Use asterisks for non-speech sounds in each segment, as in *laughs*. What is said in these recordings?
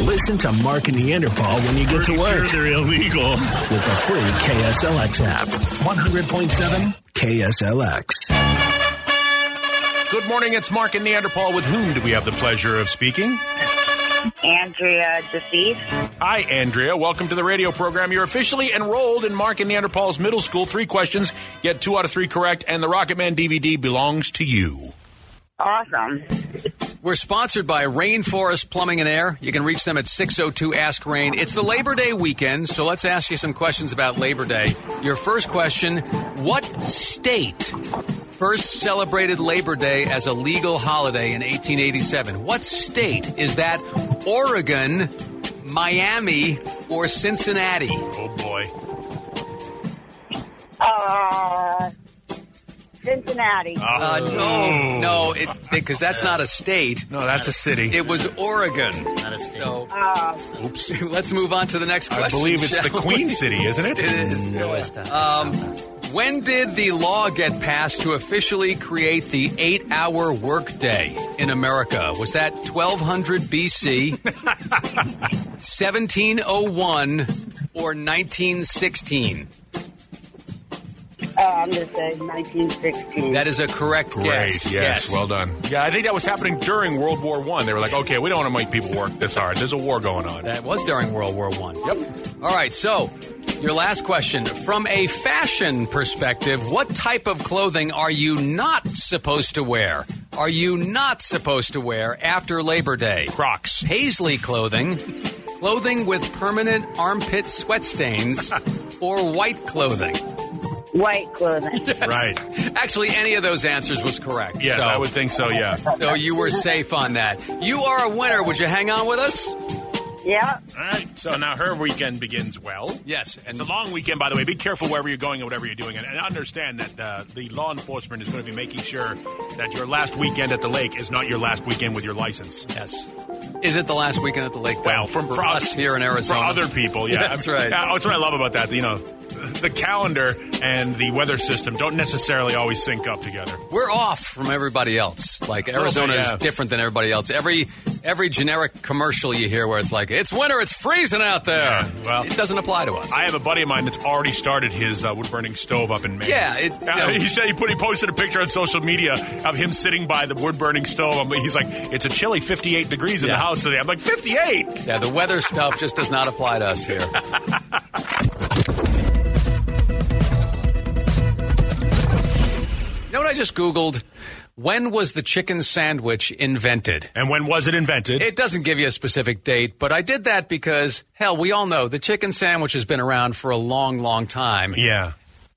Listen to Mark and Neanderthal when you get to Sure, work they're illegal. with the free KSLX app. 100.7 KSLX. Good morning. It's Mark and Neanderthal. With whom do we have the pleasure of speaking? Andrea Defeat. Hi, Andrea. Welcome to the radio program. You're officially enrolled in Mark and Neanderthall's middle school. Three questions, get two out of three correct, and the Rocket Man DVD belongs to you. Awesome. We're sponsored by Rainforest Plumbing and Air. You can reach them at 602 Ask Rain. It's the Labor Day weekend, so let's ask you some questions about Labor Day. Your first question What state first celebrated Labor Day as a legal holiday in 1887? What state is that? Oregon, Miami, or Cincinnati? Oh, boy. Uh, Cincinnati. Uh, no, no, because that's not a state. Oh. No, that's a city. It was Oregon. Not a state. So *laughs* Uh, let's move on to the next question. I believe it's the shall *laughs* we? Queen City, isn't it? It is. No, it's not. Um, when did the law get passed to officially create the eight hour workday in America? Was that 1200 BC, 1701, or 1916? uh, I'm going to say 1916. That is a correct Great. guess. Yes. Well done. Yeah, I think that was happening during World War One. They were like, okay, we don't want to make people work this hard. There's a war going on. That was during World War One. Yep. All right, so your last question. From a fashion perspective, what type of clothing are you not supposed to wear? Are you not supposed to wear after Labor Day? Crocs. Paisley clothing, clothing with permanent armpit *laughs* sweat stains, or white clothing? White clothing. Right. Actually, any of those answers was correct. Yes, so, I would think so. Yeah. so you were safe on that. You are a winner. Would you hang on with us? yep. All right. So now her weekend begins well. Yes, and- it's a long weekend, by the way. Be careful wherever you're going and whatever you're doing. And, and understand that uh, the law enforcement is going to be making sure that your last weekend at the lake is not your last weekend with your license. Yes. Is it the last weekend at the lake? though? Well, from for pro- us here in Arizona. For other people, yeah. *laughs* That's I mean, right. yeah, that's what I love about that. You know, the calendar and the weather system don't necessarily always sync up together. we're off from everybody else. Like bit, Arizona Oh, yeah. is different than everybody else. Every every generic commercial you hear where it's like it's winter, it's freezing out there. Yeah, well- it doesn't apply to us. I have a buddy of mine that's already started his uh, wood burning stove up in Maine. Yeah, it- you Uh, know- he said he put he posted a picture on social media of him sitting by the wood burning stove. I'm- He's like, it's a chilly 58 degrees in Yeah. the house today. I'm like, 58. yeah, the weather stuff just does not apply to us here. *laughs* you know what I just googled? When was the chicken sandwich invented? And when was it invented? It doesn't give you a specific date, but I did that because, hell, we all know the chicken sandwich has been around for a long, long time. yeah.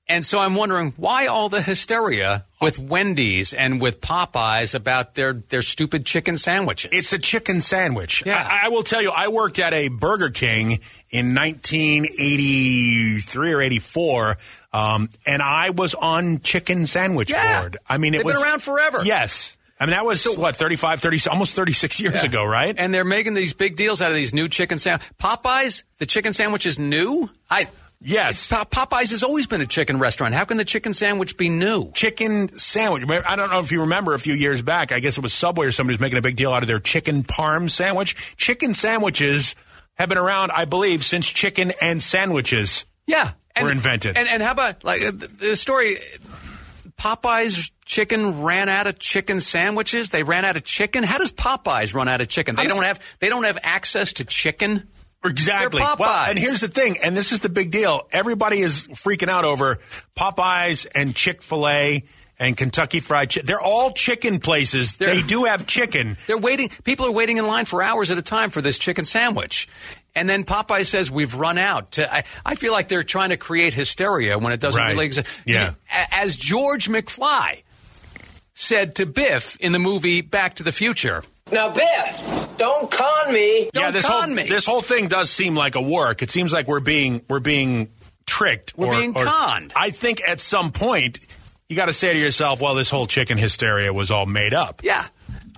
And so I'm wondering why all the hysteria with Wendy's and with Popeyes about their, their stupid chicken sandwiches. It's a chicken sandwich. Yeah. I, I will tell you, I worked at a Burger King in 1983 or 84, um, and I was on chicken sandwich Yeah. board. I mean, it They've was been around forever. Yes. I mean, that was what 35, 30, almost 36 years Yeah. ago, right? and they're making these big deals out of these new chicken sandwich. Popeyes, the chicken sandwich is new. I yes. Pop- Popeyes has always been a chicken restaurant. How can the chicken sandwich be new? chicken sandwich. Remember- I don't know if you remember a few years back. I guess it was Subway or somebody was making a big deal out of their chicken parm sandwich. Chicken sandwiches have been around, I believe, since chicken and sandwiches. Yeah, Were invented. And and how about like uh, the, the story? Popeyes chicken ran out of chicken sandwiches. They ran out of chicken. How does Popeyes run out of chicken? They does- don't have they don't have access to chicken. Exactly. They're Popeyes. Well, and here's the thing, and this is the big deal. Everybody is freaking out over Popeyes and Chick Fil A and Kentucky Fried Chicken. They're all chicken places. They're- they do have *laughs* chicken. They're waiting. People are waiting in line for hours at a time for this chicken sandwich. And then Popeye says we've run out. To, I, I feel like they're trying to create hysteria when it doesn't Right. really exist. Yeah. A- As George McFly said to Biff in the movie Back to the Future. Now, Biff, don't con me. Don't yeah, this con whole me. this whole thing does seem like a work. It seems like we're being we're being tricked. We're or- being or- conned. I think at some point you got to say to yourself, "Well, this whole chicken hysteria was all made up." Yeah.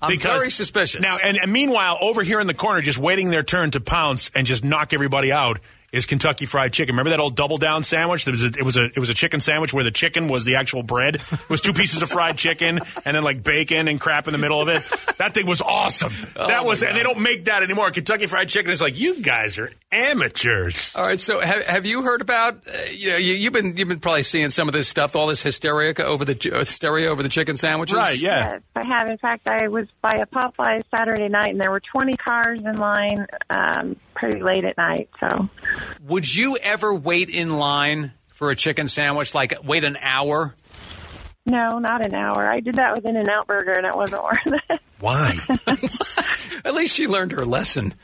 I'm Because- very suspicious. Now, and, and meanwhile, over here in the corner, just waiting their turn to pounce and just knock everybody out is Kentucky Fried Chicken. Remember that old double down sandwich? There was a, it was a it was a chicken sandwich where the chicken was the actual bread. It was two pieces of fried chicken and then like bacon and crap in the middle of it. That thing was awesome. Oh that was and they don't make that anymore. Kentucky Fried Chicken is like you guys are amateurs. All right. So have, have you heard about? Uh, you know, you, you've been you've been probably seeing some of this stuff, all this hysteria over the ch- uh, hysteria over the chicken sandwiches. Right? Yeah. Yes, I have. In fact, I was by a Popeye Saturday night, and there were 20 cars in line um, pretty late at night. So Would you ever wait in line for a chicken sandwich? Like wait an hour? no, not an hour. I did that with In and Out Burger, and it wasn't worth it. Why? At least she learned her lesson.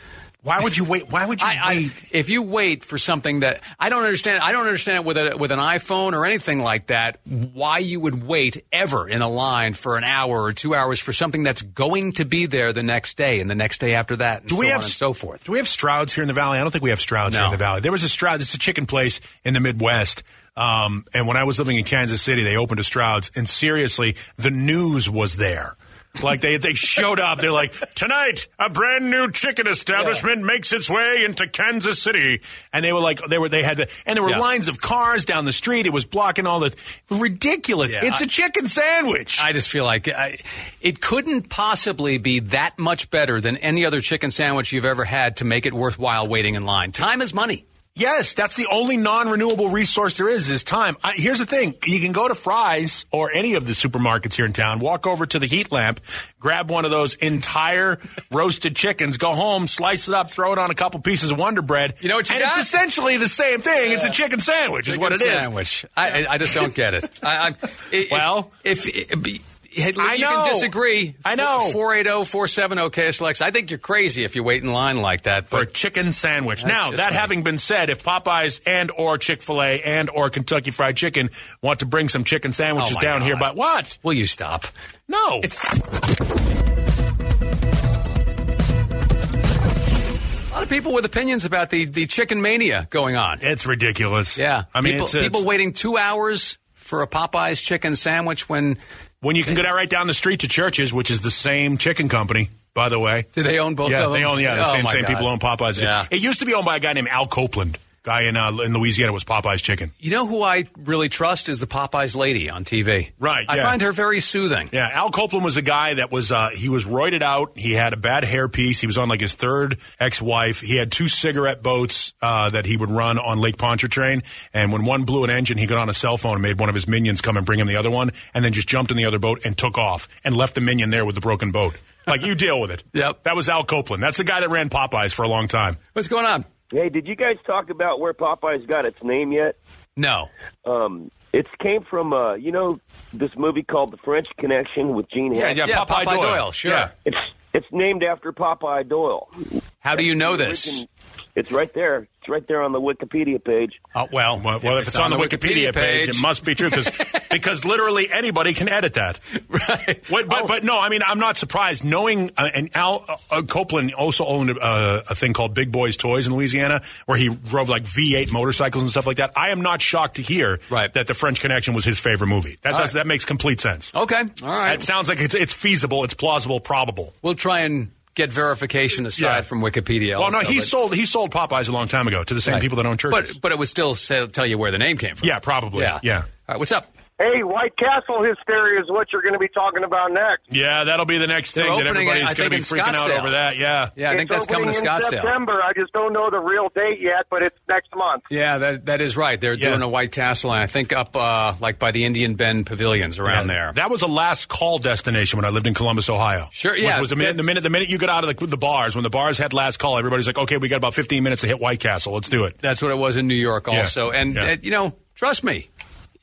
Why would you wait? Why would you I, wait? I, if you wait for something that I don't understand, I don't understand with a, with an iPhone or anything like that. Why you would wait ever in a line for an hour or two hours for something that's going to be there the next day and the next day after that, and Do so we on have and s- so forth. Do we have Strouds here in the valley? I don't think we have Strouds here No. in the valley. There was a Stroud. It's a chicken place in the Midwest. Um, and when I was living in Kansas City, they opened a Strouds, and seriously, the news was there. Like they they showed up. They're like, tonight a brand new chicken establishment makes its way into Kansas City, and they were like, they were they had, the, and there were Yeah. lines of cars down the street. It was blocking all the ridiculous. Yeah, it's I- a chicken sandwich. I just feel like I, it couldn't possibly be that much better than any other chicken sandwich you've ever had to make it worthwhile waiting in line. Time is money. Yes, that's the only non-renewable resource there is is time. I, here's the thing: you can go to Fry's or any of the supermarkets here in town. Walk over to the heat lamp, grab one of those *laughs* entire roasted chickens, go home, slice it up, throw it on a couple pieces of Wonder Bread. You know what you and got? it's essentially the same thing. It's a chicken sandwich, is what it is. sandwich. I, I I just *laughs* don't get it. I, I, if, Well- if, if you I know. can disagree, I know. 480 470 KSLX. I think you're crazy if you wait in line like that. for a But chicken sandwich. That's Now, just that right. having been said, if Popeyes and or Chick-fil-A and or Kentucky Fried Chicken want to bring some chicken sandwiches Oh my down here, God. but what? will you stop? No. It's. A lot of people with opinions about the, the chicken mania going on. It's ridiculous. Yeah. I mean, people, it's- it's- people waiting two hours for a Popeye's chicken sandwich when When you can go down right down the street to Churches, which is the same chicken company, by the way. do they own both yeah, of them? they own. Yeah, the Oh, same my same people God. own Popeyes. Yeah. It used to be owned by a guy named Al Copeland. Guy in uh, in Louisiana was Popeyes Chicken. You know who I really trust is the Popeyes lady on TV. Right, I yeah. find her very soothing. Yeah, Al Copeland was a guy that was uh, he was roided out. He had a bad hairpiece. He was on like his third ex-wife. He had two cigarette boats uh, that he would run on Lake Pontchartrain, and when one blew an engine, he got on a cell phone and made one of his minions come and bring him the other one, and then just jumped in the other boat and took off and left the minion there with the broken boat. Like you deal with *laughs* it. Yep. That was Al Copeland. That's the guy that ran Popeyes for a long time. What's going on? Hey, did you guys talk about where Popeye's got its name yet? No. Um, it came from uh, you know this movie called The French Connection with Gene Hackman. yeah, Popeye Doyle, sure. Yeah. It's it's named after Popeye Doyle. How do you know The this? origin- It's right there. It's right there on the Wikipedia page. Oh, well, well, well, if, it's, on, the Wikipedia, page, page. it must be true *laughs* because because literally anybody can edit that. Right. Wait, Oh. but but no, I mean I'm not surprised knowing. Uh, and Al uh, uh, Copeland also owned uh, a thing called Big Boys Toys in Louisiana, where he drove like V8 motorcycles and stuff like that. I am not shocked to hear Right. that The French Connection was his favorite movie. That does, right. that makes complete sense. Okay. All right. That sounds like it's, it's feasible, it's plausible, probable. we'll try and get verification aside Yeah. from Wikipedia. Well, no, also, he but- sold he sold Popeyes a long time ago to the same Right. people that own churches. But but it would still say, tell you where the name came from. yeah, probably. Yeah. yeah. All right. What's up? Hey, White Castle hysteria is what you're going to be talking about next. Yeah, that'll be the next They're thing that opening it, I everybody's going think, to be in freaking out Scottsdale. over that. Yeah. Yeah, I think It's that's coming to opening Scottsdale. in September. I just don't know the real date yet, but it's next month. Yeah, that that is right. They're Yeah. doing a White Castle, and I think up uh, like by the Indian Bend pavilions around Yeah. there. That was a last call destination when I lived in Columbus, Ohio. Sure, Was- yeah. Was the minute the minute the minute you got out of the, the bars when the bars had last call, everybody's like, okay, we got about 15 minutes to hit White Castle. Let's do it. That's what it was in New York Yeah. also. And, Yeah. uh, you know, trust me,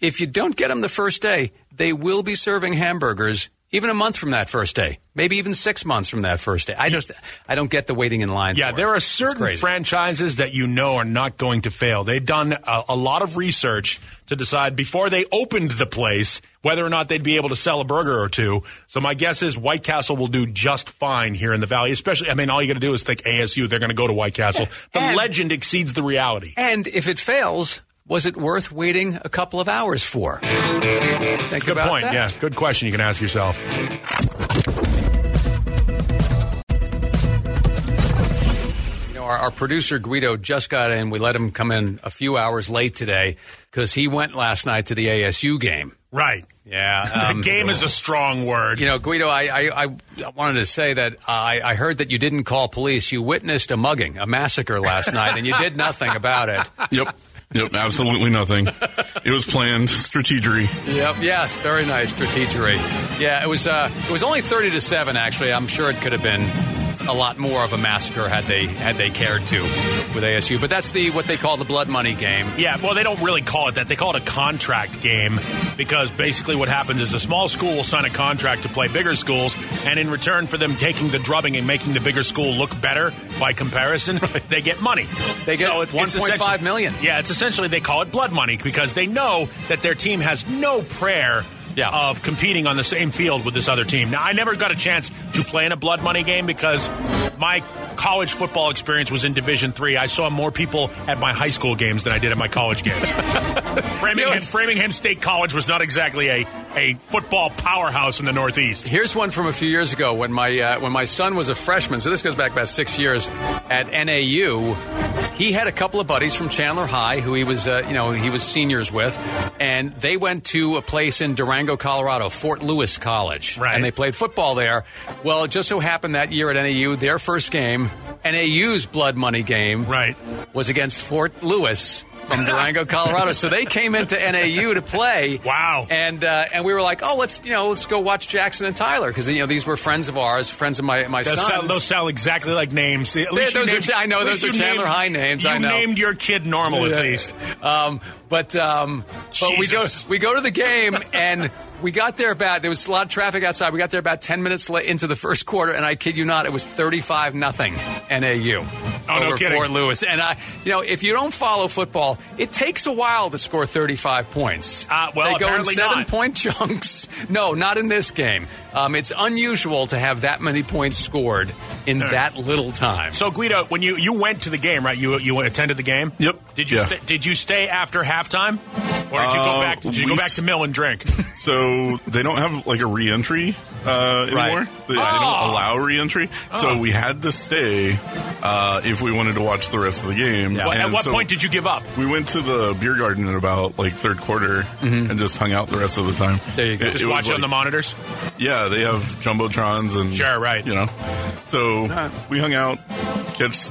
if you don't get them the first day, they will be serving hamburgers even a month from that first day, maybe even six months from that first day. I just, I don't get the waiting in line. Yeah, for there it. are It's certain crazy. franchises that you know are not going to fail. They've done a, a lot of research to decide before they opened the place whether or not they'd be able to sell a burger or two. So my guess is White Castle will do just fine here in the Valley. Especially, I mean, all you got to do is think ASU. They're going to go to White *laughs* Castle. The And- legend exceeds the reality. And if it fails, was it worth waiting a couple of hours for? Think Good about point. that. Yeah, good question. You can ask yourself. You know, our, our producer Guido just got in. We let him come in a few hours late today because he went last night to the ASU game. Right. *laughs* Yeah, um, the game is a strong word. You know, Guido, I, I, I wanted to say that I, I heard that you didn't call police. You witnessed a mugging, a massacre last night, and you did nothing about it. *laughs* Yep. Yep. Absolutely nothing. It was planned strategery. Yep. Yes. Very nice strategery. Yeah. It was. Uh, it was only thirty to seven. Actually, I'm sure it could have been a lot more of a massacre had they had they cared to with ASU. But that's the what they call the blood money game. Yeah, well, they don't really call it that. They call it a contract game because basically what happens is a small school will sign a contract to play bigger schools, and in return for them taking the drubbing and making the bigger school look better by comparison, they get money. They get So it's- it's 1.5 essentially- million. Yeah, it's essentially they call it blood money because they know that their team has no prayer. Yeah. Of competing on the same field with this other team. Now, I never got a chance to play in a blood money game because my college football experience was in Division Three. I saw more people at my high school games than I did at my college games. *laughs* Framingham, it's- Framingham State College was not exactly a, a football powerhouse in the Northeast. Here's one from a few years ago when my uh, when my son was a freshman. So this goes back about six years at NAU. He had a couple of buddies from Chandler High who he was uh, you know he was seniors with, and they went to a place in Durango, Colorado, Fort Lewis College, Right. and they played football there. Well, it just so happened that year at NAU, their first game, NAU's blood money game, Right. was against Fort Lewis from Durango, Colorado. so they came into NAU to play. Wow. And uh, and we were like, oh, let's you know, let's go watch Jackson and Tyler because you know these were friends of ours, friends of my my Those son's. sound, those sound exactly like names. At least you those are named- Ch- I know, at those least are you Chandler High names, You I know. named your kid normal at least. Um, but um, but we go Jesus. we go to the game and we got there about there was a lot of traffic outside. We got there about ten minutes late into the first quarter, and I kid you not, it was thirty five nothing NAU. Oh, no over kidding. Fort Lewis, and I, you know, if you don't follow football, it takes a while to score thirty-five points. Uh, well, they go in apparently not. seven-point *laughs* chunks. No, not in this game. Um, it's unusual to have that many points scored in that little time. So Guido, when you, you went to the game, right? You you attended the game. Yep. Did you Yeah. sta- did you stay after halftime, or did you go Uh, back? Did you we go s- back to Mill *laughs* and drink? So they don't have like a re-entry uh, anymore. Right. They, they Oh. don't allow re-entry. So we had to stay uh, if we wanted to watch the rest of the game. Well, at And what so point did you give up? we went to the beer garden at about like third quarter Mm-hmm. and just hung out the rest of the time? There you go. It- Just it was watch on like- the monitors. Yeah, they have jumbotrons and Sure, right. You know, so we hung out, catch,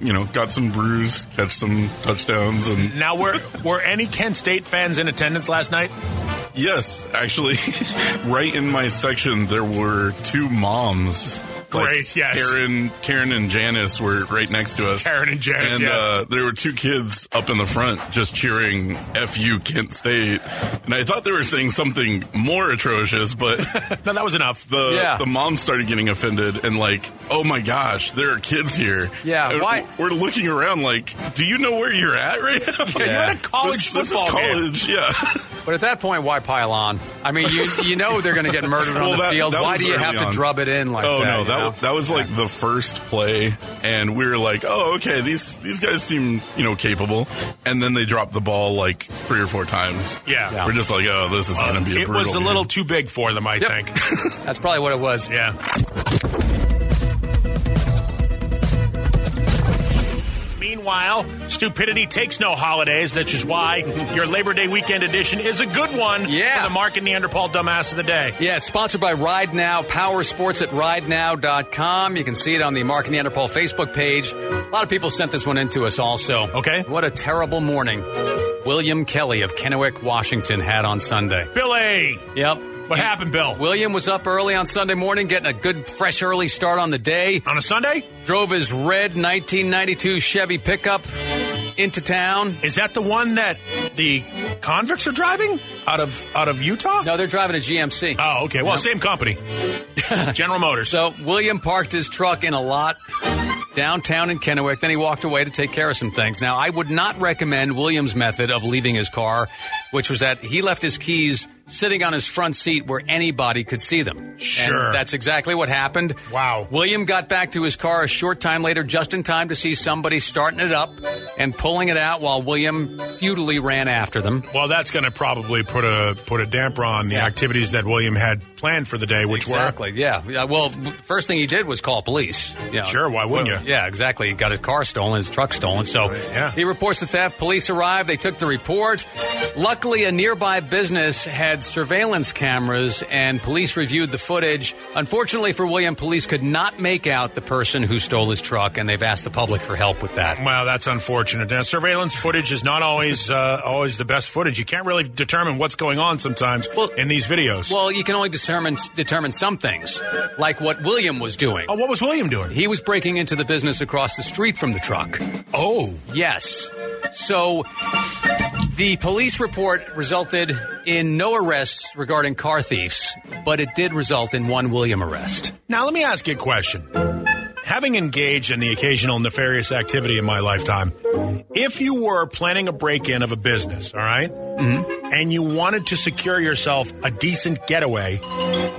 you know, got some brews, catch some touchdowns, and *laughs* Now, were were any Kent State fans in attendance last night? yes, actually, *laughs* right in my section there were two moms. Great, yes. Karen, Karen and Janice were right next to us. Karen and Janice, and yes. uh, there were two kids up in the front just cheering "Fu Kent State," and I thought they were saying something more atrocious, but *laughs* No, that was enough. the Yeah. the mom started getting offended and like, oh my gosh, there are kids here. Yeah, And why- We're looking around like, do you know where you're at right now? *laughs* Yeah, you're at a college this, football game. This is college, *laughs* yeah. But at that point, why pile on? I mean, you you know they're going to *laughs* get murdered Well, on the that- field. that Why was do you early have to on. drub it in like oh that? no, you that know? that was like the first play, and we were like, oh okay, these these guys seem you know capable, and then they dropped the ball like three or four times. Yeah. Yeah. we're just like, oh, this is gonna be a it brutal. was a game. little too big for them, I Yep. *laughs* think. That's probably what it was. yeah. Meanwhile, stupidity takes no holidays. That's just why your Labor Day weekend edition is a good one Yeah. for the Mark and Neanderthal dumbass of the day. Yeah, it's sponsored by Ride Now, Power Sports at RideNow.com. You can see it on the Mark and Neanderthal Facebook page. A lot of people sent this one in to us also. Okay. What a terrible morning William Kelly of Kennewick, Washington had on Sunday. Billy, Yep. what happened, Bill? William was up early on Sunday morning, getting a good, fresh, early start on the day. on a Sunday? Drove his red 1992 Chevy pickup into town. Is that the one that the convicts are driving out of out of Utah? No, they're driving a GMC. Oh, okay. Well, same company, *laughs* General Motors. So William parked his truck in a lot downtown in Kennewick. Then he walked away to take care of some things. Now, I would not recommend William's method of leaving his car, which was that he left his keys sitting on his front seat where anybody could see them. Sure. And that's exactly what happened. Wow. William got back to his car a short time later, just in time to see somebody starting it up and pulling it out while William futilely ran after them. Well, that's going to probably put a put a damper on the activities that William had planned for the day, which exactly. Yeah. Yeah. Well, w- first thing he did was call police. Yeah. were sure. Why wouldn't you? Yeah, exactly. He got his car stolen, his truck stolen. So yeah. he reports the theft. Police arrived. They took the report. Luckily, a nearby business had surveillance cameras, and police reviewed the footage. Unfortunately for William, police could not make out the person who stole his truck, and they've asked the public for help with that. Well, that's unfortunate. Now, surveillance footage is not always uh, always the best footage. You can't really determine what's going on sometimes Well- in these videos. Well, you can only determine determine some things, like what William was doing. oh, what was William doing? He was breaking into the business across the street from the truck. oh, Yes. So the police report resulted in no arrests regarding car thieves, but it did result in one William arrest. now let me ask you a question. Having engaged in the occasional nefarious activity in my lifetime, if you were planning a break in of a business, all right, Mm-hmm. and you wanted to secure yourself a decent getaway,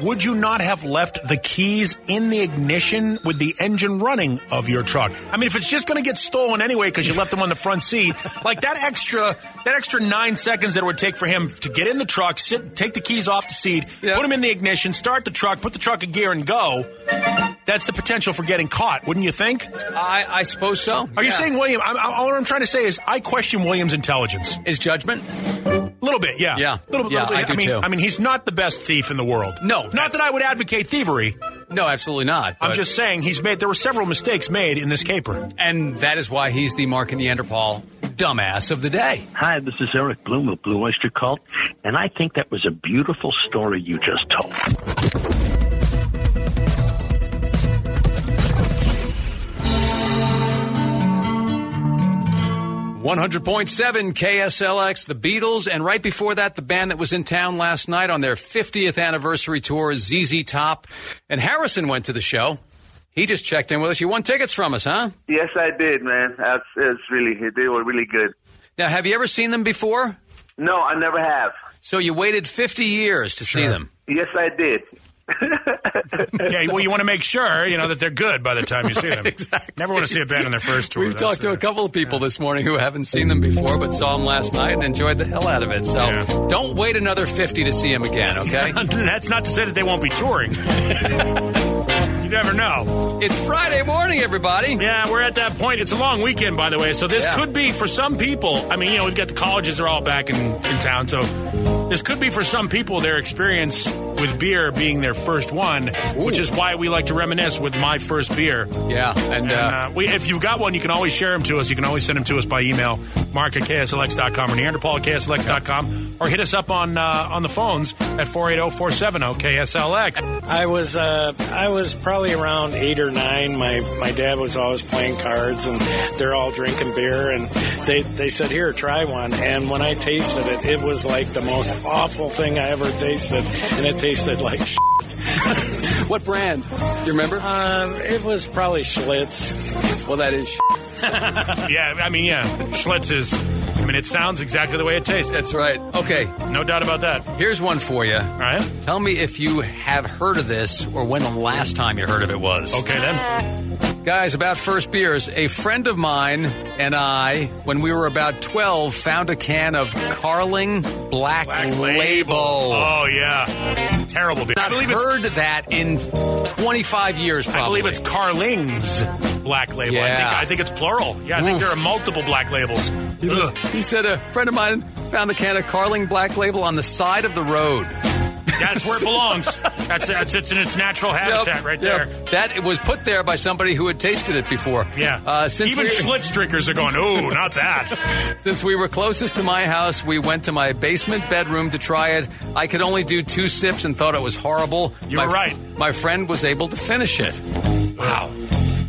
would you not have left the keys in the ignition with the engine running of your truck? I mean, if it's just going to get stolen anyway because you left them on the front seat, like that extra that extra nine seconds that it would take for him to get in the truck, sit, take the keys off the seat, Yeah. put them in the ignition, start the truck, put the truck in gear, and go. That's the potential for getting caught, wouldn't you think? I, I suppose so. Are you Yeah. saying William? I'm, I'm, all I'm trying to say is I question William's intelligence. his judgment? A little bit, yeah. Yeah. Little, Yeah, little I bit. do mean, too. I mean, he's not the best thief in the world. No, Not that's- that I would advocate thievery. No, absolutely not. I'm but- just saying he's made, there were several mistakes made in this *laughs* caper. and that is why he's the Mark and Neanderthal dumbass of the day. Hi, this is Eric Bloom of Blue Oyster Cult, and I think that was a beautiful story you just told. One hundred point seven KSLX, the Beatles, and right before that, the band that was in town last night on their fiftieth anniversary tour, ZZ Top, and Harrison went to the show. He just checked in with us. You won tickets from us, huh? Yes, I did, man. That's it's really they were really good. Now, have you ever seen them before? No, I never have. So you waited 50 years to see them. Yes, I did. Yeah, well, you want to make sure, you know, that they're good by the time you *laughs* see them. Exactly. Never want to see a band on their first tour. We've that's- talked to a couple of people this morning who haven't seen them before but saw them last night and enjoyed the hell out of it. So Yeah. don't wait another 50 to see them *laughs* again, okay? *laughs* That's not to say that they won't be *laughs* touring. you never know. it's Friday morning, everybody. Yeah, we're at that point. It's a long weekend, by the way, so this Yeah. could be for some people. I mean, you know, we've got the colleges are all back in, in town, so this could be for some people their experience with beer being their first one, which Ooh. is why we like to reminisce with my first beer. Yeah, and, And, uh, uh, we, if you've got one, you can always share them to us. You can always send them to us by email, mark at kslx.com or neanderthal at kslx.com, or hit us up on uh, on the phones at *laughs* 480-470-KSLX. I was uh, I was probably around eight or nine. My my dad was always playing cards, and they're all drinking beer. And they they said, "Here, try one." And when I tasted it, it was like the most awful thing I ever tasted, and it tasted like. Shit. what brand? Do you remember? Um, it was probably Schlitz. well, that is sh- yeah, I mean, yeah, Schlitz is, I mean, it sounds exactly the way it tastes. That's right. Okay, No doubt about that. All here's one for you. right. Tell me if you have heard of this or when the last time you heard of it was. Okay then. Guys, about first beers, a friend of mine and I, when we were about 12, found a can of Carling Black, Label. Oh yeah. Terrible beer. I Not believe it's heard that in 25 years, probably. I believe it's Carling's black label. I think Yeah. I think it's plural. Yeah, I think Oof. there are multiple black labels. Ugh. He said a friend of mine found the can of Carling Black Label on the side of the road. That's where it belongs. That's that's it's in its natural habitat Yep, right yep. there. That it was put there by somebody who had tasted it before. Yeah. Uh, since Even we- Schlitz drinkers are going, oh, not *laughs* that. Since we were closest to my house, we went to my basement bedroom to try it. I could only do two sips and thought it was horrible. You my, were right. My friend was able to finish it. Wow.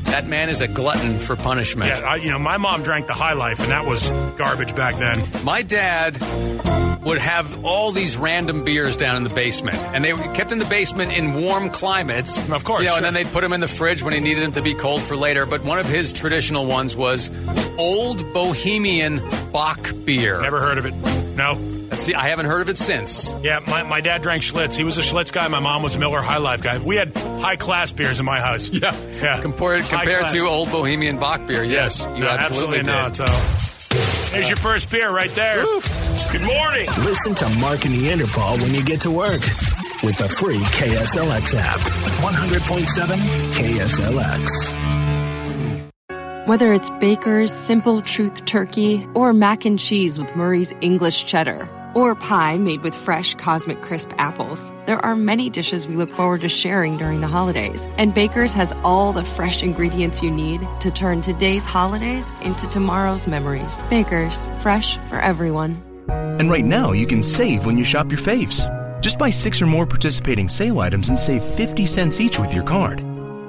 That man is a glutton for punishment. Yeah, I, you know, my mom drank the high life, and that was garbage back then. My dad would have all these random beers down in the basement, and they were kept in the basement in warm climates. Of course, you sure. know, and then they'd put them in the fridge when he needed them to be cold for later. But one of his traditional ones was old Bohemian Bach beer. Never heard of it. No. That's the, I haven't heard of it since. Yeah, my, my dad drank Schlitz. He was a Schlitz guy. My mom was a Miller High Life guy. We had high class beers in my house. *laughs* Yeah, *laughs* yeah. Compared High compared class. to old Bohemian Bach beer, yes, you No, absolutely, did. not. So, there's your first beer right there. Good morning. Listen to Mark and Neanderthal when you get to work with the free KSLX app. 100.7 KSLX. Whether it's Baker's Simple Truth Turkey or mac and cheese with Murray's English Cheddar or pie made with fresh Cosmic Crisp apples, there are many dishes we look forward to sharing during the holidays. And Baker's has all the fresh ingredients you need to turn today's holidays into tomorrow's memories. Baker's, fresh for everyone. And right now, you can save when you shop your faves. Just buy six or more participating sale items and save 50 cents each with your card.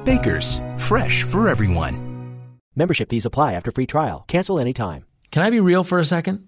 Baker's, fresh for everyone. Membership fees apply after free trial. Cancel anytime. Can I be real for a second?